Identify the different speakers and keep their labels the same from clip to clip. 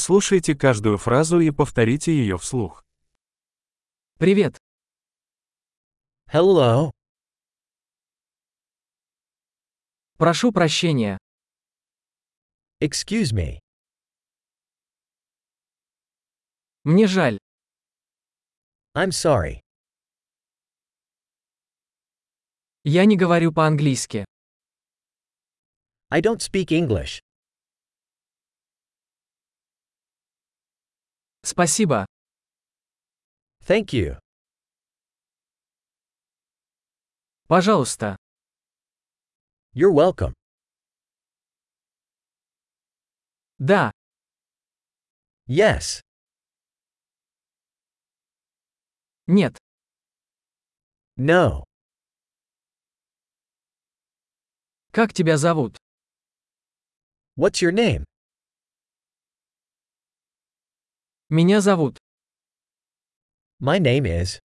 Speaker 1: Прослушайте каждую фразу и повторите ее вслух.
Speaker 2: Привет.
Speaker 3: Hello.
Speaker 2: Прошу прощения.
Speaker 3: Excuse me.
Speaker 2: Мне жаль.
Speaker 3: I'm sorry.
Speaker 2: Я не говорю по-английски.
Speaker 3: I don't speak English.
Speaker 2: Спасибо.
Speaker 3: Thank you.
Speaker 2: Пожалуйста.
Speaker 3: You're welcome.
Speaker 2: Да.
Speaker 3: Yes.
Speaker 2: Нет.
Speaker 3: No.
Speaker 2: Как тебя зовут?
Speaker 3: What's your name?
Speaker 2: Меня зовут.
Speaker 3: My name is.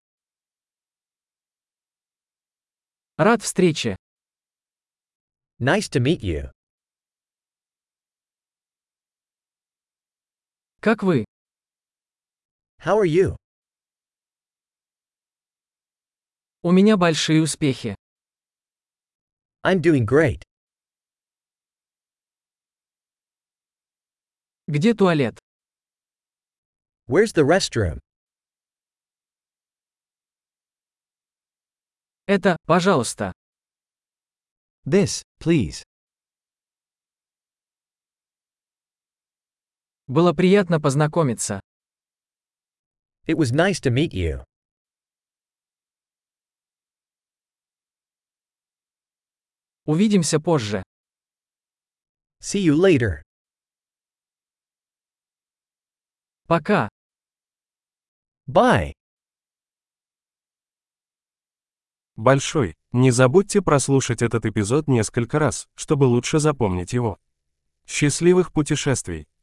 Speaker 2: Рад встрече.
Speaker 3: Nice to meet you.
Speaker 2: Как вы?
Speaker 3: How are you?
Speaker 2: У меня большие успехи.
Speaker 3: I'm doing great.
Speaker 2: Где туалет?
Speaker 3: Where's the restroom?
Speaker 2: Это, пожалуйста.
Speaker 3: This, please.
Speaker 2: Было приятно познакомиться.
Speaker 3: It was nice to meet you.
Speaker 2: Увидимся позже.
Speaker 3: See you later.
Speaker 2: Пока.
Speaker 3: Bye.
Speaker 1: Большой. Не забудьте прослушать этот эпизод несколько раз, чтобы лучше запомнить его. Счастливых путешествий!